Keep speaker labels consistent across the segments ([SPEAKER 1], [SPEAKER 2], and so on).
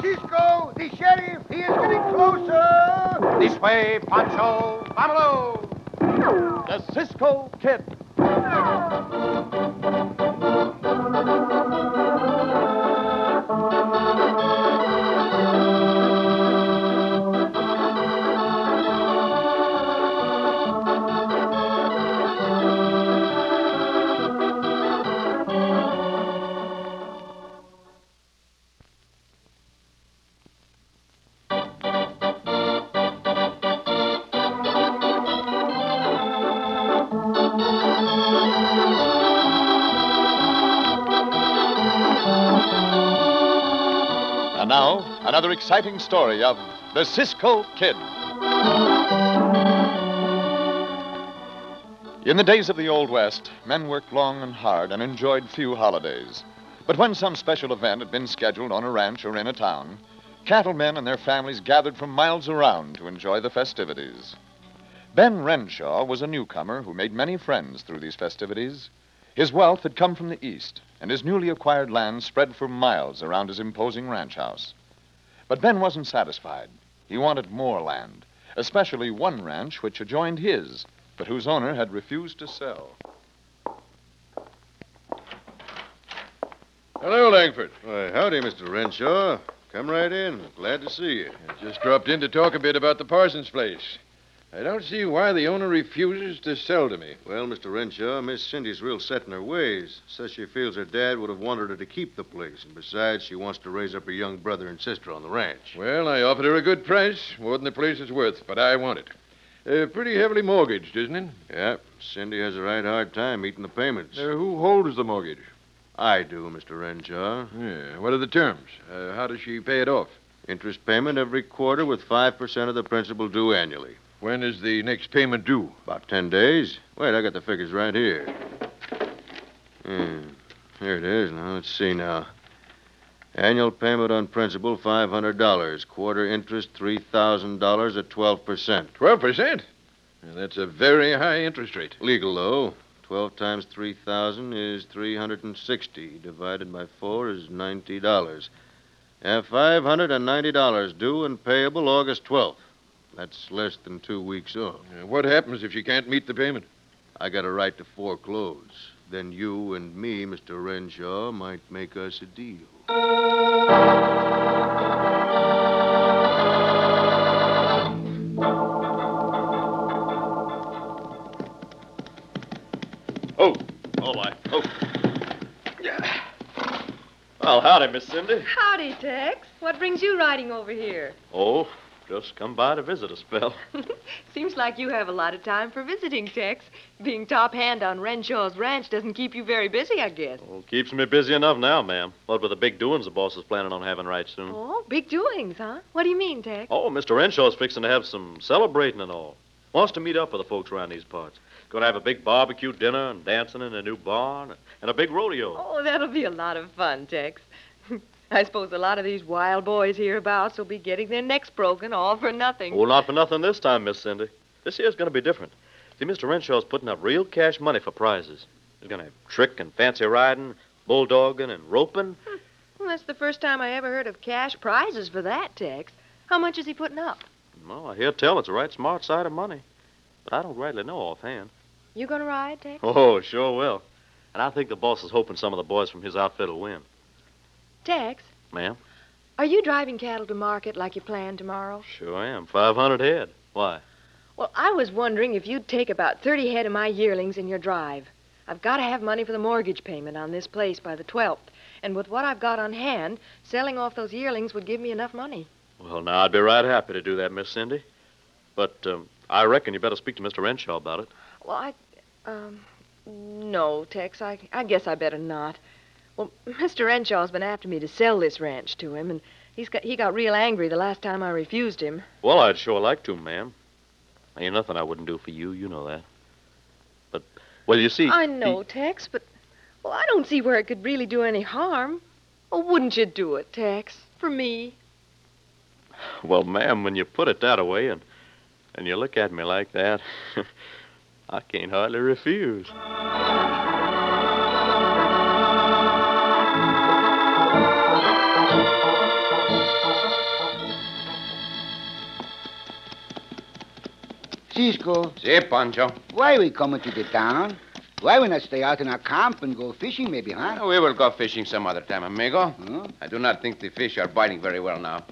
[SPEAKER 1] Cisco, the sheriff, he is getting closer.
[SPEAKER 2] This way, Pancho. Vamalo. The Cisco Kid. And now, another exciting story of the Cisco Kid. In the days of the Old West, men worked long and hard and enjoyed few holidays. But when some special event had been scheduled on a ranch or in a town, cattlemen and their families gathered from miles around to enjoy the festivities. Ben Renshaw was a newcomer who made many friends through these festivities. His wealth had come from the east, and his newly acquired land spread for miles around his imposing ranch house. But Ben wasn't satisfied. He wanted more land, especially one ranch which adjoined his, but whose owner had refused to sell.
[SPEAKER 3] Hello, Langford. Why, howdy, Mr. Renshaw. Come right in. Glad to see you. I just dropped in to talk a bit about the Parsons place. I don't see why the owner refuses to sell to me. Well, Mr. Renshaw, Miss Cindy's real set in her ways. Says she feels her dad would have wanted her to keep the place, and besides, she wants to raise up her young brother and sister on the ranch.
[SPEAKER 4] Well, I offered her a good price, more than the place is worth, but I want it. Uh, pretty heavily mortgaged, isn't it?
[SPEAKER 3] Yeah, Cindy has a right hard time eating the payments.
[SPEAKER 4] Uh, who holds the mortgage?
[SPEAKER 3] I do, Mr. Renshaw.
[SPEAKER 4] Yeah, what are the terms? Uh, how does she pay it off?
[SPEAKER 3] Interest payment every quarter with 5% of the principal due annually.
[SPEAKER 4] When is the next payment due?
[SPEAKER 3] About ten days. Wait, I got the figures right here. Hmm. Here it is. Now let's see now. Annual payment on principal five hundred dollars. Quarter interest three thousand dollars at twelve percent.
[SPEAKER 4] Twelve percent. That's a very high interest rate.
[SPEAKER 3] Legal though. Twelve times three thousand is three hundred and sixty. Divided by four is ninety dollars. Have five hundred and ninety dollars due and payable August twelfth. That's less than two weeks off.
[SPEAKER 4] Uh, what happens if she can't meet the payment?
[SPEAKER 3] I got a right to foreclose. Then you and me, Mr. Renshaw, might make us a deal.
[SPEAKER 5] Oh, all right. Oh. Yeah. Well, howdy, Miss Cindy.
[SPEAKER 6] Howdy, Tex. What brings you riding over here?
[SPEAKER 5] Oh, just come by to visit us, Bill.
[SPEAKER 6] Seems like you have a lot of time for visiting, Tex. Being top hand on Renshaw's ranch doesn't keep you very busy, I guess.
[SPEAKER 5] Well, keeps me busy enough now, ma'am. What with the big doings the boss is planning on having right soon.
[SPEAKER 6] Oh, big doings, huh? What do you mean, Tex?
[SPEAKER 5] Oh, Mr. Renshaw's fixing to have some celebrating and all. Wants to meet up with the folks around these parts. Gonna have a big barbecue dinner and dancing in a new barn and a big rodeo.
[SPEAKER 6] Oh, that'll be a lot of fun, Tex. I suppose a lot of these wild boys hereabouts will be getting their necks broken all for nothing.
[SPEAKER 5] Well, not for nothing this time, Miss Cindy. This year's going to be different. See, Mr. Renshaw's putting up real cash money for prizes. He's going to have trick and fancy riding, bulldogging and roping.
[SPEAKER 6] Well, that's the first time I ever heard of cash prizes for that, Tex. How much is he putting up?
[SPEAKER 5] Well, I hear tell it's a right smart side of money. But I don't rightly know offhand.
[SPEAKER 6] You gonna ride, Tex?
[SPEAKER 5] Oh, sure will. And I think the boss is hoping some of the boys from his outfit will win.
[SPEAKER 6] Tex,
[SPEAKER 5] Ma'am?
[SPEAKER 6] are you driving cattle to market like you planned tomorrow?
[SPEAKER 5] Sure am. 500 head. Why?
[SPEAKER 6] Well, I was wondering if you'd take about 30 head of my yearlings in your drive. I've got to have money for the mortgage payment on this place by the 12th. And with what I've got on hand, selling off those yearlings would give me enough money.
[SPEAKER 5] Well, now, I'd be right happy to do that, Miss Cindy. But um, I reckon you better speak to Mr. Renshaw about it.
[SPEAKER 6] Well, I. Um. No, Tex, I, I guess I better not. Well, Mr. Renshaw's been after me to sell this ranch to him, and he's got, he got real angry the last time I refused him.
[SPEAKER 5] Well, I'd sure like to, ma'am. Ain't nothing I wouldn't do for you. You know that. But, well, you see.
[SPEAKER 6] I know, Tex, but well, I don't see where it could really do any harm. Oh, wouldn't you do it, Tex? For me?
[SPEAKER 5] Well, ma'am, when you put it that way and and you look at me like that, I can't hardly refuse.
[SPEAKER 6] Oh,
[SPEAKER 1] Cisco,
[SPEAKER 7] See, Pancho.
[SPEAKER 1] why we coming to the town? Why we not stay out in our camp and go fishing maybe, huh?
[SPEAKER 7] We will go fishing some other time, amigo.
[SPEAKER 1] Huh?
[SPEAKER 7] I do not think the fish are biting very well now.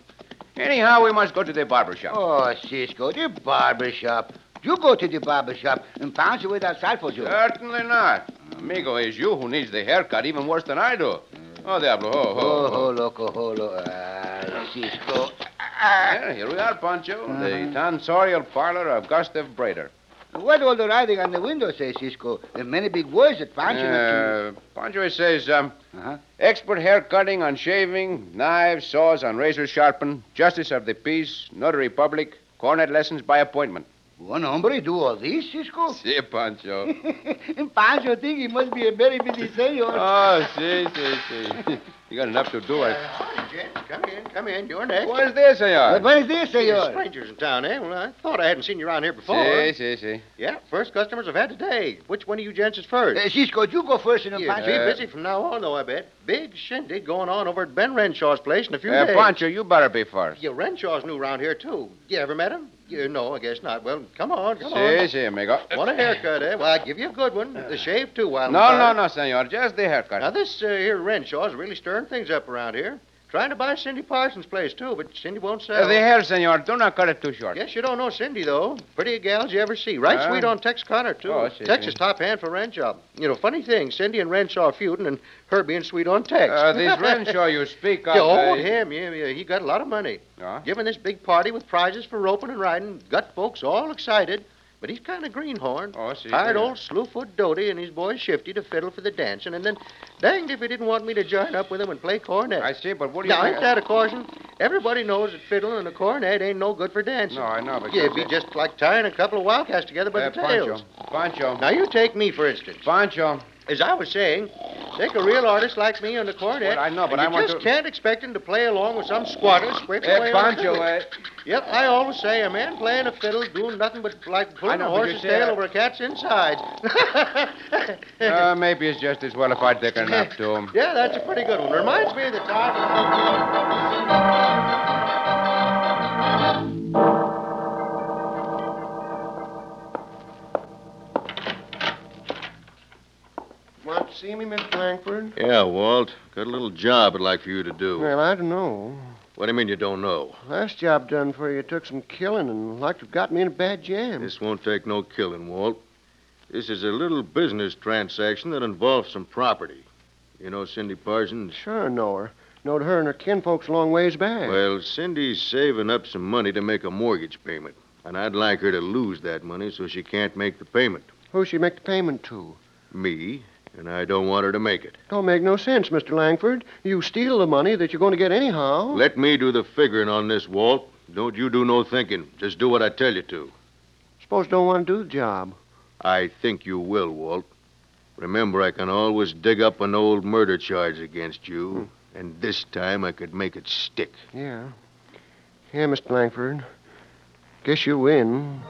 [SPEAKER 7] Anyhow, we must go to the barber shop.
[SPEAKER 1] Oh, Cisco, the barber shop. You go to the barber shop and pounce it outside for you.
[SPEAKER 7] Certainly not. Amigo, it's you who needs the haircut even worse than I do. Oh, Diablo, ho, ho,
[SPEAKER 1] Hmm.
[SPEAKER 7] ho.
[SPEAKER 1] Oh, ho, loco, ho, lo, ah, Cisco. Uh-huh.
[SPEAKER 7] Yeah, here we are, Pancho. The tonsorial parlor of Gustav Brader.
[SPEAKER 1] What all the writing on the window say, Cisco? And many big words that pounce you not
[SPEAKER 7] Uh, Pancho it says, um,
[SPEAKER 1] to- Uh-huh.
[SPEAKER 7] expert hair cutting on shaving, knives, saws on razor sharpen, justice of the peace, notary public, cornet lessons by appointment.
[SPEAKER 1] One hombre do all this, Cisco?
[SPEAKER 7] See, Pancho.
[SPEAKER 1] and Pancho think he must be a very busy senor.
[SPEAKER 7] oh, see, see, see. You got enough to do, I...
[SPEAKER 4] Come in, come in. You're next.
[SPEAKER 7] What is this,
[SPEAKER 1] But
[SPEAKER 7] senor?
[SPEAKER 1] what is this, senor?
[SPEAKER 4] Strangers in town, eh? Well, I thought I hadn't seen you around here before.
[SPEAKER 7] See, see, see.
[SPEAKER 4] Yeah, first customers I've had today. Which one of you gents is first?
[SPEAKER 1] Uh, Cisco, you go first and then
[SPEAKER 4] You'll
[SPEAKER 1] Pancho.
[SPEAKER 4] be busy from now on, though, I bet. Big shindig going on over at Ben Renshaw's place in a few
[SPEAKER 7] Uh,
[SPEAKER 4] days.
[SPEAKER 7] Pancho, you better be first.
[SPEAKER 4] Yeah, Renshaw's new around here, too. You ever met him? Yeah, no, I guess not. Well, come on, come
[SPEAKER 7] See, see, amigo.
[SPEAKER 4] on. Want a haircut, eh? Well, I'll give you a good one. The shave, too, while I'm
[SPEAKER 7] No, no,
[SPEAKER 4] about it.
[SPEAKER 7] no, senor. Just the haircut.
[SPEAKER 4] Now, this uh, here Renshaw's really stirring things up around here. Trying to buy Cindy Parsons' place, too, but Cindy won't
[SPEAKER 7] Uh,
[SPEAKER 4] sell.
[SPEAKER 7] the hair, senor. Do not cut it too short.
[SPEAKER 4] Guess you don't know Cindy, though. Prettiest gals you ever see. Right
[SPEAKER 7] Ah.
[SPEAKER 4] sweet on Tex Connor, too.
[SPEAKER 7] Oh, I see,
[SPEAKER 4] Texas
[SPEAKER 7] see.
[SPEAKER 4] top hand for Renshaw. You know, funny thing, Cindy and Renshaw feuding and her being sweet on Tex.
[SPEAKER 7] Uh, this Renshaw you speak of.
[SPEAKER 4] Yeah, oh,
[SPEAKER 7] uh, Uh-huh.
[SPEAKER 4] him, yeah, yeah. He got a lot of money.
[SPEAKER 7] huh?
[SPEAKER 4] Giving this big party with prizes for roping and riding. Got folks all excited. But he's kind of greenhorn.
[SPEAKER 7] Oh, I see.
[SPEAKER 4] Hired
[SPEAKER 7] yeah.
[SPEAKER 4] old Slewfoot Doty and his boy Shifty to fiddle for the dancing, and then danged if he didn't want me to join up with him and play cornet.
[SPEAKER 7] I see, but what do you
[SPEAKER 4] now,
[SPEAKER 7] think?
[SPEAKER 4] ain't that a caution? Everybody knows that fiddling and a cornet ain't no good for dancing.
[SPEAKER 7] No, I know, but you
[SPEAKER 4] Yeah, it'd be
[SPEAKER 7] see-
[SPEAKER 4] just like tying a couple of wildcats together by
[SPEAKER 7] Uh,
[SPEAKER 4] the tails.
[SPEAKER 7] Pancho. Pancho.
[SPEAKER 4] Now, you take me, for instance.
[SPEAKER 7] Pancho.
[SPEAKER 4] As I was saying, take a real artist like me on the cornet.
[SPEAKER 7] Well, I know, but
[SPEAKER 4] and
[SPEAKER 7] I
[SPEAKER 4] you
[SPEAKER 7] want
[SPEAKER 4] just
[SPEAKER 7] to-
[SPEAKER 4] can't expect him to play along with some squatter scrapes
[SPEAKER 7] Uh,
[SPEAKER 4] away on the
[SPEAKER 7] Pancho,
[SPEAKER 4] fiddle.
[SPEAKER 7] uh,
[SPEAKER 4] Yep, I always say a man playing a fiddle doing nothing but like pulling
[SPEAKER 7] know,
[SPEAKER 4] a
[SPEAKER 7] but you
[SPEAKER 4] horse's
[SPEAKER 7] say
[SPEAKER 4] tail
[SPEAKER 7] that-
[SPEAKER 4] over a cat's inside.
[SPEAKER 7] uh, maybe it's just as well if I take a nap, too.
[SPEAKER 4] yeah, that's a pretty good one. Reminds me of the time.
[SPEAKER 8] Want to see me, Miss Blankford?
[SPEAKER 7] Yeah, Walt. Got a little job I'd like for you to do.
[SPEAKER 8] Well, I don't know.
[SPEAKER 7] What do you mean you don't know?
[SPEAKER 8] Last job done for you took some killing and like to have got me in a bad jam.
[SPEAKER 7] This won't take no killing, Walt. This is a little business transaction that involves some property. You know Cindy Parsons?
[SPEAKER 8] Sure, know her. Knowed her and her kinfolks a long ways back.
[SPEAKER 7] Well, Cindy's saving up some money to make a mortgage payment. And I'd like her to lose that money so she can't make the payment.
[SPEAKER 8] Who she make the payment to?
[SPEAKER 7] Me, and I don't want her to make it.
[SPEAKER 8] Don't make no sense, Mr. Langford. You steal the money that you're going to get anyhow.
[SPEAKER 7] Let me do the figuring on this, Walt. Don't you do no thinking. Just do what I tell you to.
[SPEAKER 8] Suppose you don't want to do the job.
[SPEAKER 7] I think you will, Walt. Remember, I can always dig up an old murder charge against you, and this time I could make it stick.
[SPEAKER 8] Yeah. Yeah, Mr. Langford. Guess you win.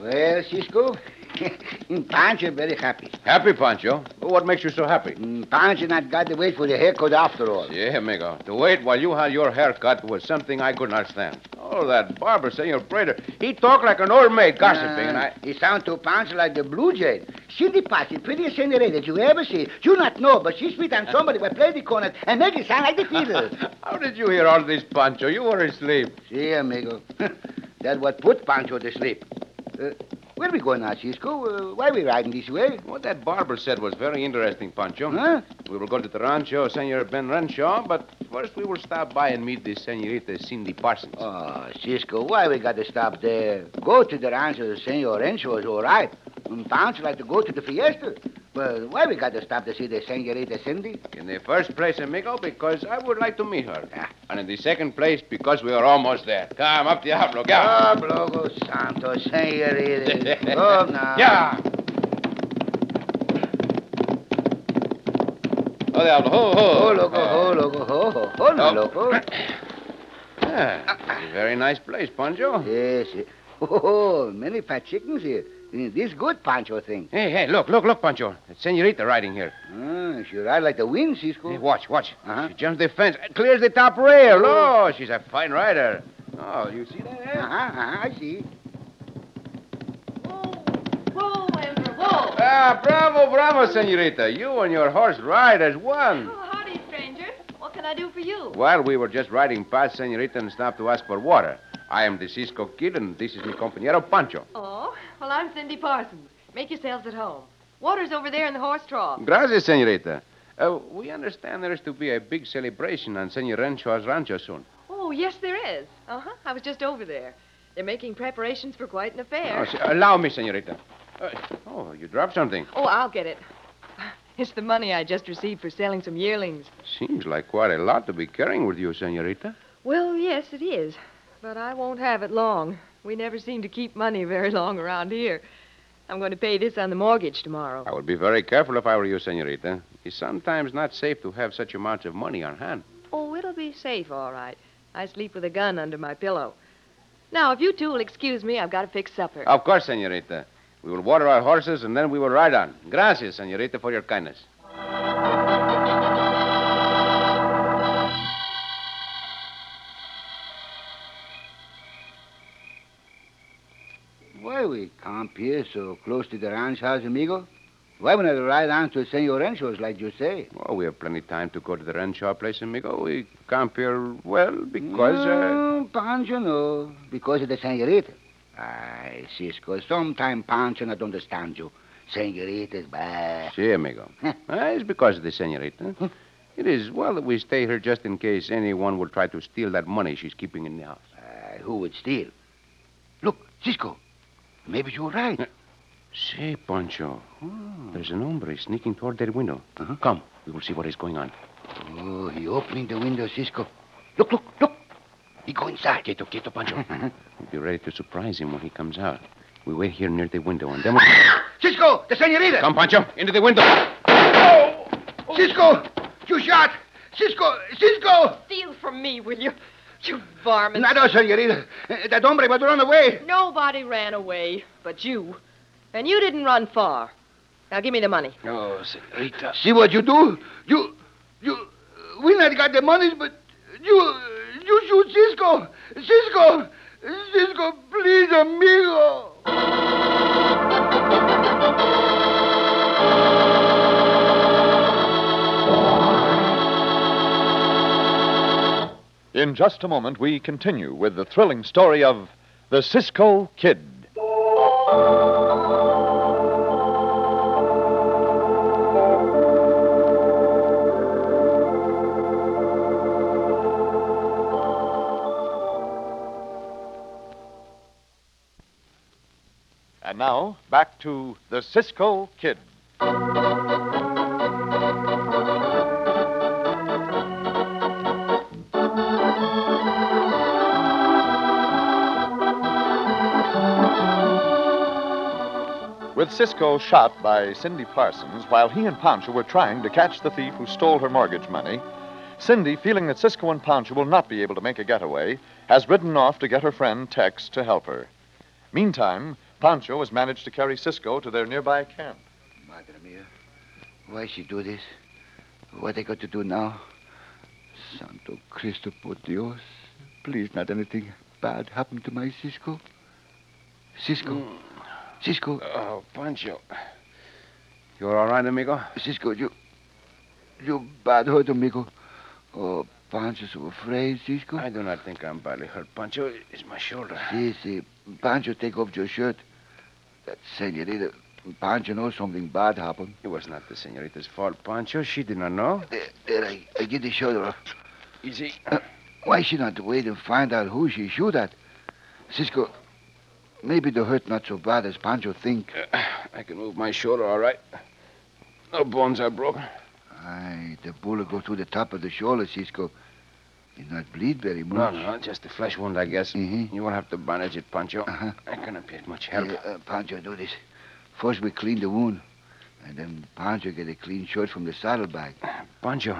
[SPEAKER 1] Well, Cisco, and Pancho very happy.
[SPEAKER 7] Happy, Pancho? What makes you so happy?
[SPEAKER 1] Mm, Pancho not got to wait for the haircut after all.
[SPEAKER 7] Yeah, amigo. To wait while you had your haircut was something I could not stand. Oh, that barber, Senor Prater, he talked like an old maid gossiping, and I...
[SPEAKER 1] He sound to Pancho like the blue jay. Cindy Patsy, prettiest senorita that you ever see. You not know, but she sweet and somebody will play the cornet and make it sound like the fiddle.
[SPEAKER 7] How did you hear all this, Pancho? You were asleep.
[SPEAKER 1] See, amigo, that what put Pancho to sleep. Uh, where we going now, Cisco? Uh, why we riding this way?
[SPEAKER 7] What that barber said was very interesting, Pancho.
[SPEAKER 1] Huh?
[SPEAKER 7] We will go to the rancho, Senor Ben Rancho, but first we will stop by and meet the Senorita Cindy Parsons.
[SPEAKER 1] Oh, Cisco, why we got to stop there? Go to the ranch of Senor Rancho is all right. And Pancho like to go to the fiesta. Well, why we got to stop to see the Senorita Cindy?
[SPEAKER 7] In the first place, amigo, because I would like to meet her.
[SPEAKER 1] Ah.
[SPEAKER 7] And in the second place, because we are almost there. Come, up the hablo,
[SPEAKER 1] Oh,
[SPEAKER 7] yeah.
[SPEAKER 1] Blogo Santo, Senorita. Oh, now.
[SPEAKER 7] Yeah. Oh, diablo. Ho, ho.
[SPEAKER 1] Oh, loco, oh, loco, ho, ho, ho, no,
[SPEAKER 7] Oh.
[SPEAKER 1] loco.
[SPEAKER 7] Ah, it's a very nice place, Pancho.
[SPEAKER 1] Yes. yes. Oh, many fat chickens here. Mm, This good Pancho thing.
[SPEAKER 7] Hey, hey, look, look, look, Pancho. That senorita riding here.
[SPEAKER 1] Mm, she ride like the wind, Cisco.
[SPEAKER 7] Hey, watch, watch.
[SPEAKER 1] Uh-huh.
[SPEAKER 7] She jumps the fence, clears the top rail. Oh, she's a fine rider. Oh, you see that? eh?
[SPEAKER 1] Uh-huh, uh-huh, I see.
[SPEAKER 6] Roll, Emperor, roll!
[SPEAKER 7] Ah, bravo, bravo, senorita. You and your horse ride as one.
[SPEAKER 9] Oh,
[SPEAKER 6] howdy, stranger. What can I do for you?
[SPEAKER 7] Well, we were just riding past Senorita and stopped to ask for water. I am the Cisco Kid, and this is mi compañero Pancho.
[SPEAKER 6] Oh, well, I'm Cindy Parsons. Make yourselves at home. Water's over there in the horse trough.
[SPEAKER 7] Gracias, Senorita. Uh, we understand there is to be a big celebration on Senor Rancho's rancho soon.
[SPEAKER 6] Oh, yes, there is. Uh huh. I was just over there. They're making preparations for quite an
[SPEAKER 7] Oh,
[SPEAKER 6] affair.
[SPEAKER 7] se- allow me, Senorita. Uh, oh, you dropped something.
[SPEAKER 6] Oh, I'll get it. It's the money I just received for selling some yearlings.
[SPEAKER 7] Seems like quite a lot to be carrying with you, Senorita.
[SPEAKER 6] Well, yes, it is. But I won't have it long. We never seem to keep money very long around here. I'm going to pay this on the mortgage tomorrow.
[SPEAKER 7] I would be very careful if I were you, Senorita. It's sometimes not safe to have such amounts of money on hand.
[SPEAKER 6] Oh, it'll be safe, all right. I sleep with a gun under my pillow. Now, if you two will excuse me, I've got to fix supper.
[SPEAKER 7] Of course, Senorita. We will water our horses and then we will ride on. Gracias, Senorita, for your kindness.
[SPEAKER 1] Why we camp here so close to the ranch house, amigo? Why we not ride on to Senor Rancho's like you say?
[SPEAKER 7] Oh, we have plenty of time to go to the rancho place, amigo. We camp here, well, because. Uh...
[SPEAKER 1] No, Pancho, no. Because of the senorita. Ay, Cisco, sometime Pancho not understand you. Senoritas, bah.
[SPEAKER 7] See, amigo. Ah, it's because of the senorita. It is well that we stay here just in case anyone would try to steal that money she's keeping in the house.
[SPEAKER 1] Ay, Uh, who would steal? Look, Cisco, maybe you're right. Oh.
[SPEAKER 7] See, Pancho. Uh, There's an hombre sneaking toward that window. Come, we will see what is going on.
[SPEAKER 1] Uh-huh. Oh, he opening the window, Cisco. Look, look, look. He go inside. Quieto, quieto, Pancho.
[SPEAKER 7] We'll be ready to surprise him when he comes out. We wait here near the window and then we.
[SPEAKER 1] Cisco, the senorita.
[SPEAKER 7] Come, Pancho, into the window.
[SPEAKER 1] Cisco, you shot. Cisco, Cisco.
[SPEAKER 6] Steal from me, will you? You varmint.
[SPEAKER 1] Nada, senorita. That hombre was run away.
[SPEAKER 6] Nobody ran away but you. And you didn't run far. Now give me the money.
[SPEAKER 7] Oh, senorita.
[SPEAKER 1] See what you do? You, you, we not got the money, but you, you shoot Cisco. Cisco, Cisco, please, amigo.
[SPEAKER 2] In just a moment, we continue with the thrilling story of the Cisco Kid. And now, back to the Cisco Kid. With Cisco shot by Cindy Parsons while he and Poncho were trying to catch the thief who stole her mortgage money, Cindy, feeling that Cisco and Poncho will not be able to make a getaway, has ridden off to get her friend Tex to help her. Meantime, Poncho has managed to carry Cisco to their nearby camp.
[SPEAKER 1] Madre mia, why she do this? What I got to do now? Santo Cristo por Dios, please not anything bad happen to my Cisco. Cisco, Cisco,
[SPEAKER 7] Oh, Pancho. You're all right, amigo?
[SPEAKER 1] Cisco, you, you bad hurt, amigo. Oh, Pancho so afraid, Cisco.
[SPEAKER 7] I do not think I'm badly hurt, Pancho. It's my shoulder.
[SPEAKER 1] See, see, Pancho, take off your shirt. That senorita, Pancho knows something bad happened.
[SPEAKER 7] It was not the senorita's fault, Pancho. She did not know.
[SPEAKER 1] There, there I, I get eh, the shoulder off.
[SPEAKER 7] Easy.
[SPEAKER 1] Why she not wait and find out who she shoot at? Cisco, maybe the hurt not so bad as Pancho think.
[SPEAKER 7] Uh, I can move my shoulder all right.
[SPEAKER 8] No bones are broken.
[SPEAKER 1] Aye, the bullet go through the top of the shoulder, Cisco. Did not bleed very
[SPEAKER 7] No,
[SPEAKER 1] much.
[SPEAKER 7] no, just a flesh wound, I guess.
[SPEAKER 1] Mhm.
[SPEAKER 7] You will have to bandage it, Pancho.
[SPEAKER 1] Uh-huh.
[SPEAKER 7] I cannot be of much help.
[SPEAKER 1] Uh, uh, Pancho, do this. First we clean the wound, and then Pancho get a clean shirt from the saddlebag.
[SPEAKER 7] Pancho,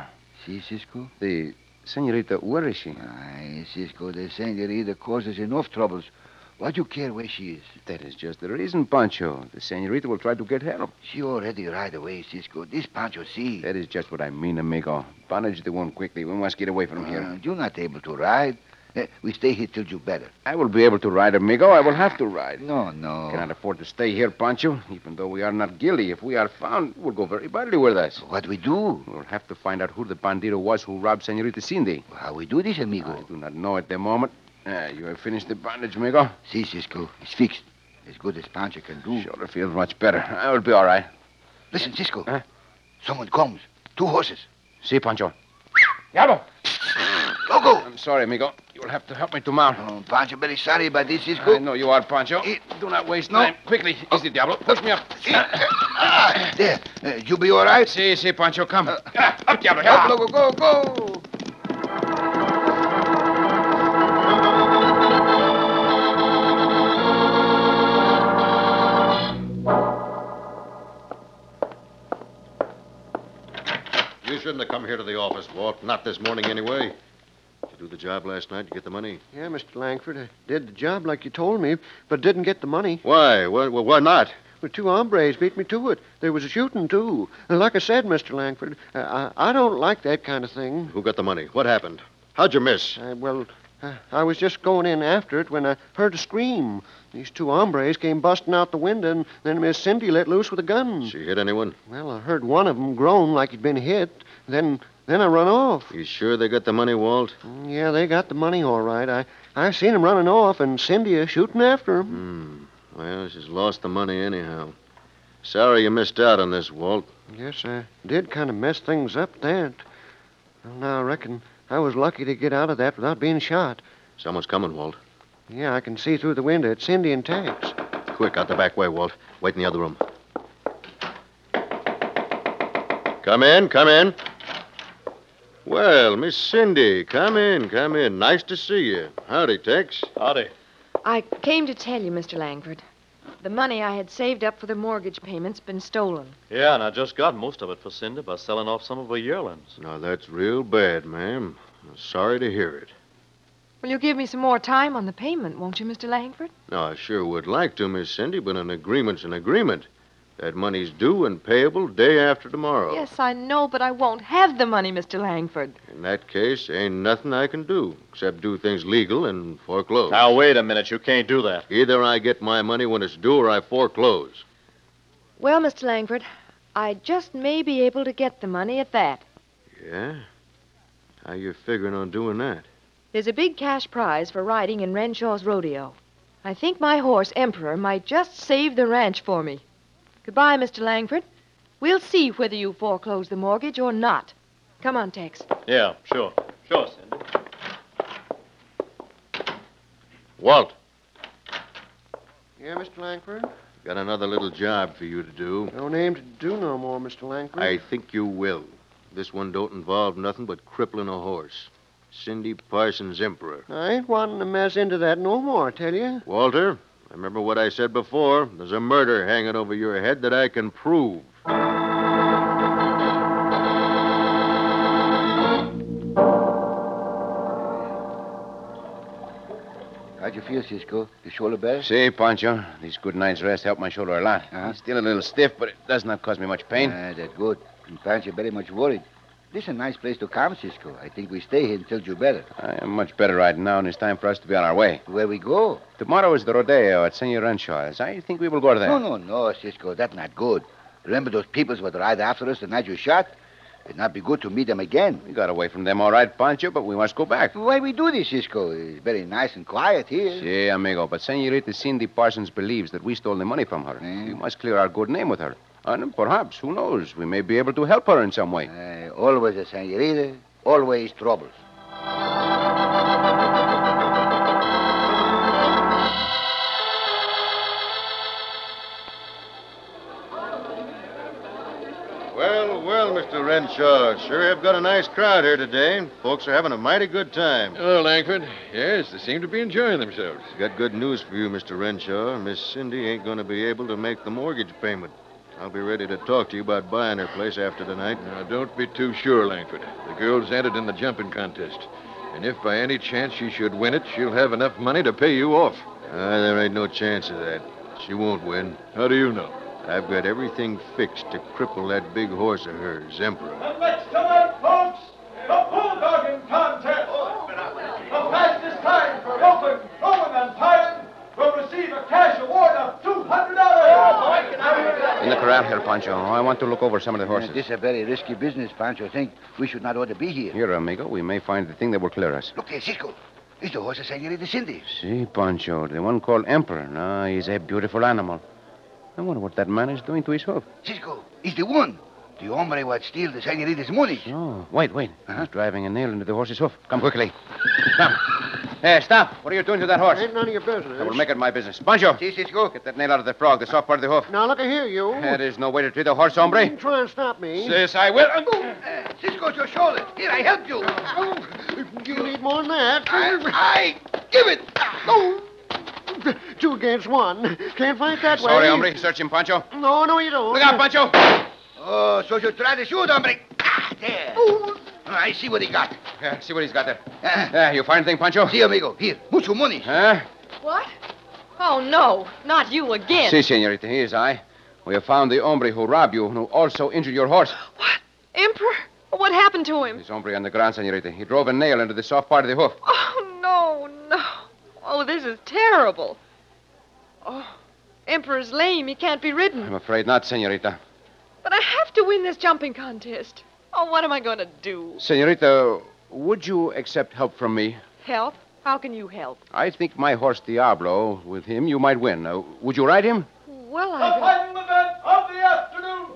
[SPEAKER 1] See, Cisco?
[SPEAKER 7] the senorita, where is she?
[SPEAKER 1] Aye, Cisco, they're saying that either causes enough troubles. Why do you care where she is?
[SPEAKER 7] That is just the reason, Pancho. The senorita will try to get help.
[SPEAKER 1] She already ride away, Cisco. This Pancho see.
[SPEAKER 7] That is just what I mean, amigo. Bandage the wound quickly. We must get away from
[SPEAKER 1] Uh,
[SPEAKER 7] here.
[SPEAKER 1] you're not able to ride. Eh, we stay here till you better.
[SPEAKER 7] I will be able to ride, amigo. I will have to ride.
[SPEAKER 1] No, no.
[SPEAKER 7] I cannot afford to stay here, Pancho. Even though we are not guilty, if we are found, we'll go very badly with us.
[SPEAKER 1] What we do?
[SPEAKER 7] We'll have to find out who the bandito was who robbed Senorita Cindy.
[SPEAKER 1] How we do this, amigo?
[SPEAKER 7] I do not know at the moment. Ah, you have finished the bandage, amigo?
[SPEAKER 1] See, Cisco, it's fixed. As good as Pancho can do.
[SPEAKER 7] Sure, it feels much better. I will be all right.
[SPEAKER 1] Listen, Cisco.
[SPEAKER 7] Huh?
[SPEAKER 1] Someone comes. Two horses.
[SPEAKER 7] See, Pancho. Diablo!
[SPEAKER 1] Go, go.
[SPEAKER 7] I'm sorry, amigo. You will have to help me to mount.
[SPEAKER 1] Oh, Pancho, very sorry about this, Cisco.
[SPEAKER 7] I know you are, Pancho.
[SPEAKER 1] It-
[SPEAKER 7] Do not waste
[SPEAKER 1] No. Oh.
[SPEAKER 7] time. Quickly, easy, Diablo. Push me up.
[SPEAKER 1] Ah, there. Uh, you be all right? Uh,
[SPEAKER 7] See, see, Pancho, come. Ah, up, Diablo.
[SPEAKER 1] Up,
[SPEAKER 7] Help.
[SPEAKER 1] Loco, go, go.
[SPEAKER 3] You shouldn't have come here to the office, Walt. Not this morning, anyway. Did you do the job last night? You get the money?
[SPEAKER 8] Yeah, Mr. Langford, I did the job like you told me, but didn't get the money.
[SPEAKER 3] Why? Why, why not?
[SPEAKER 8] Well, two hombres beat me to it. There was a shooting, too. And like I said, Mr. Langford, uh, I, I don't like that kind of thing.
[SPEAKER 3] Who got the money? What happened? How'd you miss?
[SPEAKER 8] I, well, uh, I was just going in after it when I heard a scream. These two hombres came busting out the window, and then Miss Cindy let loose with a gun.
[SPEAKER 3] She hit anyone?
[SPEAKER 8] Well, I heard one of 'em groan like he'd been hit. Then, then I run off. Mm,
[SPEAKER 3] You sure they got the money, Walt?
[SPEAKER 8] Yeah, they got the money all right. I, I seen 'em running off, and Cindy is shooting after 'em.
[SPEAKER 3] Hmm. Well, she's lost the money anyhow. Sorry you missed out on this, Walt.
[SPEAKER 8] Yes, I did kind of mess things up that. Well, now I reckon I was lucky to get out of that without being shot.
[SPEAKER 3] Someone's coming, Walt.
[SPEAKER 8] Yeah, I can see through the window. It's Cindy and Tex.
[SPEAKER 3] Quick, out the back way, Walt. Wait in the other room. Come in, come in. Well, Miss Cindy, come in, come in. Nice to see you. Howdy, Tex.
[SPEAKER 5] Howdy.
[SPEAKER 6] I came to tell you, Mr. Langford. The money I had saved up for the mortgage payment's been stolen.
[SPEAKER 5] Yeah, and I just got most of it for Cindy by selling off some of her yearlings.
[SPEAKER 3] Now, that's real bad, ma'am. I'm sorry to hear it.
[SPEAKER 6] Will you give me some more time on the payment, won't you, Mr. Langford?
[SPEAKER 3] Now, I sure would like to, Miss Cindy, but an agreement's an agreement. That money's due and payable day after
[SPEAKER 1] Oh.
[SPEAKER 3] tomorrow.
[SPEAKER 6] Yes, I know, but I won't have the money, Mr. Langford.
[SPEAKER 3] In that case, ain't nothing I can do except do things legal and foreclose.
[SPEAKER 5] Now, wait a minute. You can't do that.
[SPEAKER 3] Either I get my money when it's due or I foreclose.
[SPEAKER 6] Well, Mr. Langford, I just may be able to get the money at that.
[SPEAKER 3] Yeah? How you figuring on doing that?
[SPEAKER 6] There's a big cash prize for riding in Renshaw's rodeo. I think my horse, Emperor, might just save the ranch for me. Goodbye, Mr. Langford. We'll see whether you foreclose the mortgage or not. Come on, Tex.
[SPEAKER 5] Yeah, sure. Sure, Cindy.
[SPEAKER 3] Walt,
[SPEAKER 8] Yeah, Mr. Langford?
[SPEAKER 3] got another little job for you to do.
[SPEAKER 8] No name to do no more, Mr. Langford.
[SPEAKER 3] I think you will. This one don't involve nothing but crippling a horse. Cindy Parsons Emperor.
[SPEAKER 8] I ain't wanting to mess into that no more, I tell you.
[SPEAKER 3] Walter, remember what I said before. There's a murder hanging over your head that I can prove.
[SPEAKER 1] How'd you feel, Cisco? The shoulder better?
[SPEAKER 7] See, Pancho, these good night's rest helped my shoulder a lot.
[SPEAKER 1] Uh-huh.
[SPEAKER 7] It's still a little stiff, but it does not cause me much pain.
[SPEAKER 1] Ah, that good. And Pancho very much worried. This is a nice place to come, Cisco. I think we stay here until you better.
[SPEAKER 7] I am much better right now, and it's time for us to be on our way.
[SPEAKER 1] Where we go?
[SPEAKER 7] Tomorrow is the rodeo at Senor Renshaw's. I think we will go to that.
[SPEAKER 1] No, no, no, Cisco. That's not good. Remember those peoples would ride after us the night you shot? It'd not be good to meet them again.
[SPEAKER 7] We got away from them, all right, Pancho, but we must go back.
[SPEAKER 1] Why we do this, Cisco? It's very nice and quiet here.
[SPEAKER 7] See, amigo, but Senorita Cindy Parsons believes that we stole the money from her.
[SPEAKER 1] Hmm.
[SPEAKER 7] We must clear our good name with her. And perhaps, who knows, we may be able to help her in some way.
[SPEAKER 1] Uh, always a senorita, always troubles.
[SPEAKER 3] Well, Mr. Renshaw. Sure have got a nice crowd here today. Folks are having a mighty good time. Hello, Langford. Yes, they seem to be enjoying themselves.
[SPEAKER 4] Got good news for you, Mr. Renshaw. Miss Cindy ain't going to be able to make the mortgage payment. I'll be ready to talk to you about buying her place after tonight.
[SPEAKER 3] Now, don't be too sure, Langford. The girl's entered in the jumping contest. And if by any chance she should win it, she'll have enough money to pay you off.
[SPEAKER 4] Ah, there ain't no chance of that. She won't win.
[SPEAKER 3] How do you know?
[SPEAKER 4] I've got everything fixed to cripple that big horse of hers, Emperor.
[SPEAKER 9] And let's tonight, folks, the bulldogging contest. The fastest time for Oakland, Owen and Tyron will receive a cash award of $200.
[SPEAKER 7] In the corral here, Pancho. I want to look over some of the horses.
[SPEAKER 1] This is a very risky business, Pancho. I think we should not ought to be here.
[SPEAKER 7] Here, amigo, we may find the thing that will clear us.
[SPEAKER 1] Look there, Cisco. It's the horse of Senorita Cindy.
[SPEAKER 7] See, Pancho, the one called Emperor. Now, he's a beautiful animal. I wonder what that man is doing to his hoof.
[SPEAKER 1] Cisco is the one. The hombre what steal the Senorita's money.
[SPEAKER 7] Oh, wait, wait.
[SPEAKER 1] Uh-huh.
[SPEAKER 7] He's driving a nail into the horse's hoof. Come quickly. Stop. Hey, stop. What are you doing to that horse?
[SPEAKER 8] Ain't none of your business.
[SPEAKER 7] I will make it my business. Pancho,
[SPEAKER 1] See, Cisco?
[SPEAKER 7] get that nail out of the frog, the soft part of the hoof.
[SPEAKER 8] Now, look at here, you. Mm.
[SPEAKER 7] That is no way to treat a horse,
[SPEAKER 8] You
[SPEAKER 7] hombre.
[SPEAKER 8] didn't try and stop me.
[SPEAKER 7] Yes, I will.
[SPEAKER 1] Uh, Cisco's your shoulder. Here, I help you.
[SPEAKER 8] You need more than that.
[SPEAKER 1] I, I give it. Oh.
[SPEAKER 8] Two against one. Can't fight that way.
[SPEAKER 7] Sorry, hombre. Search him, Pancho.
[SPEAKER 8] No, no, you don't.
[SPEAKER 7] Look out, Pancho.
[SPEAKER 1] Oh, so you try to shoot, hombre. Ah, there. I see what he got.
[SPEAKER 7] Yeah, see what he's got there.
[SPEAKER 1] Ah,
[SPEAKER 7] Yeah, you find thing, Pancho? Eh?
[SPEAKER 1] see, amigo. Here, mucho money.
[SPEAKER 7] Huh?
[SPEAKER 6] What? Oh, no. Not you again.
[SPEAKER 7] Si, senorita, he is I. We have found the hombre who robbed you and who also injured your horse.
[SPEAKER 6] What? Emperor? What happened to him?
[SPEAKER 7] This hombre on the ground, senorita. He drove a nail into the soft part of the hoof.
[SPEAKER 6] Oh, no, no. Oh, this is terrible. Oh, Emperor's lame. He can't be
[SPEAKER 7] I'm
[SPEAKER 6] ridden.
[SPEAKER 7] afraid not, senorita.
[SPEAKER 6] But I have to win this jumping contest. Oh, what am I going to do?
[SPEAKER 7] Senorita, would you accept help from me?
[SPEAKER 6] Help? How can you help?
[SPEAKER 7] I think my horse Diablo, with him, you might win. Uh, would you ride him?
[SPEAKER 6] Well,
[SPEAKER 9] The
[SPEAKER 6] I.
[SPEAKER 9] final event of the afternoon,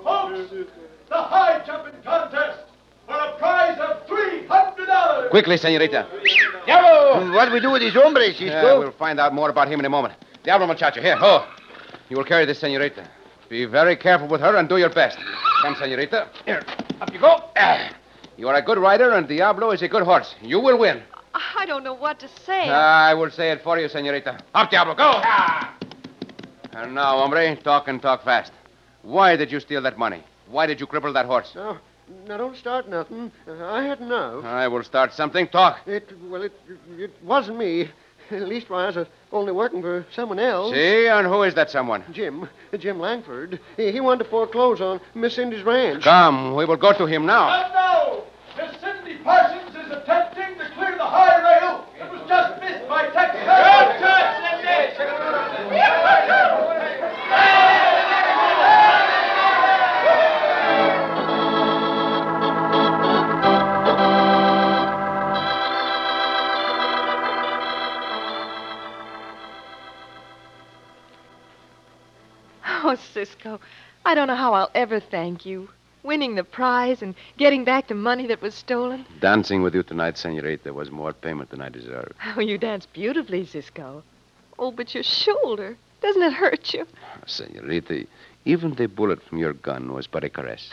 [SPEAKER 9] folks. The high jumping contest for a prize of $300.
[SPEAKER 7] Quickly, senorita.
[SPEAKER 1] What we do with these hombres, Cisco?
[SPEAKER 7] Yeah, we'll find out more about him in a moment. Diablo Machacho, here, ho. You will carry this, senorita. Be very careful with her and do your best. Come, senorita. Here, up you go. Ah. You are a good rider, and Diablo is a good horse. You will win.
[SPEAKER 6] I don't know what to say.
[SPEAKER 7] I will say it for you, senorita. Up, Diablo, go! And now, hombre, talk and talk fast. Why did you steal that money? Why did you cripple that horse?
[SPEAKER 8] Now, now, don't start nothing. Uh, I had enough.
[SPEAKER 7] I will start something. Talk.
[SPEAKER 8] It, well, it, it wasn't me. Leastwise, I was only working for someone else.
[SPEAKER 7] See, and who is that someone?
[SPEAKER 8] Jim, Jim Langford. He, he wanted to foreclose on Miss Cindy's ranch.
[SPEAKER 7] Come, we will go to him now.
[SPEAKER 9] And now, Miss Cindy Parsons is attempting to clear the high rail that was just missed by Texas. Good
[SPEAKER 6] Oh, Cisco, I don't know how I'll ever thank you. Winning the prize and getting back the money that was stolen.
[SPEAKER 7] Dancing with you tonight, senorita, was more payment than I deserved.
[SPEAKER 6] Oh, you dance beautifully, Cisco. Oh, but your shoulder. Doesn't it hurt you?
[SPEAKER 7] Senorita, even the bullet from your gun was but a caress.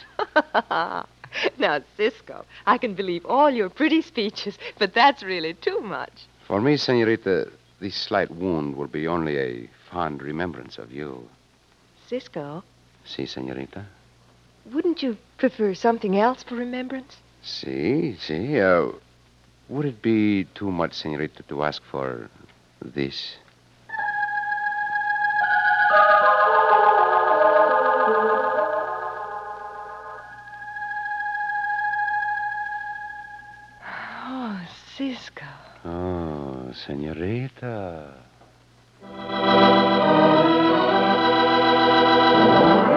[SPEAKER 6] now, Cisco, I can believe all your pretty speeches, but that's really too much.
[SPEAKER 7] For me, senorita, this slight wound will be only a fond remembrance of you.
[SPEAKER 6] Cisco,
[SPEAKER 7] See, senorita?
[SPEAKER 6] wouldn't you prefer something else for remembrance?
[SPEAKER 7] See, see. Uh, would it be too much, senorita, to ask for this?
[SPEAKER 6] Oh, Cisco.
[SPEAKER 7] Oh, senorita.
[SPEAKER 1] Cisco,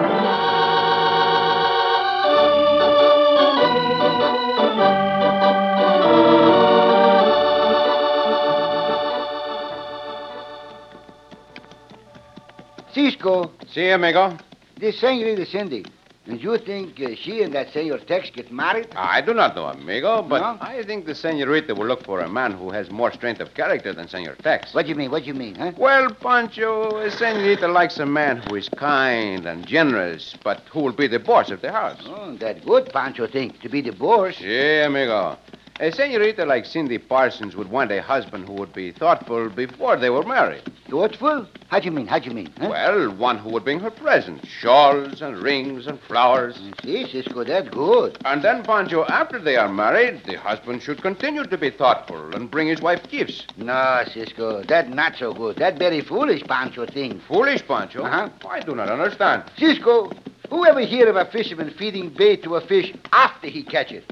[SPEAKER 7] See, amigo.
[SPEAKER 1] this Senorita Cindy, And you think uh, she and that senor Tex get married?
[SPEAKER 7] I do not know, amigo, but
[SPEAKER 1] No?
[SPEAKER 7] I think the senorita will look for a man who has more strength of character than Senor Tex.
[SPEAKER 1] What do you mean? What do you mean, huh?
[SPEAKER 7] Well, Pancho, a senorita likes a man who is kind and generous, but who will be the boss of the house.
[SPEAKER 1] Oh, that good Pancho thing, to be the boss.
[SPEAKER 7] Yeah, amigo. A senorita like Cindy Parsons would want a husband who would be thoughtful before they were married.
[SPEAKER 1] Thoughtful? How do you mean? How do you mean? Huh?
[SPEAKER 7] Well, one who would bring her presents, shawls and rings and flowers.
[SPEAKER 1] See, Cisco, that's good.
[SPEAKER 7] And then, Pancho, after they are married, the husband should continue to be thoughtful and bring his wife gifts.
[SPEAKER 1] No, Cisco, that not so good. That very foolish Pancho thing.
[SPEAKER 7] Foolish, Pancho.
[SPEAKER 1] Uh-huh.
[SPEAKER 7] I do not understand.
[SPEAKER 1] Cisco, whoever hear of a fisherman feeding bait to a fish after he catch it?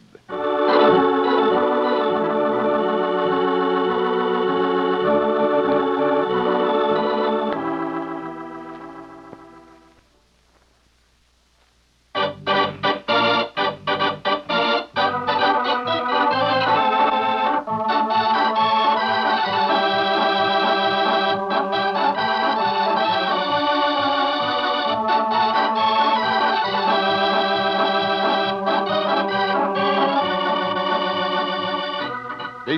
[SPEAKER 2] Be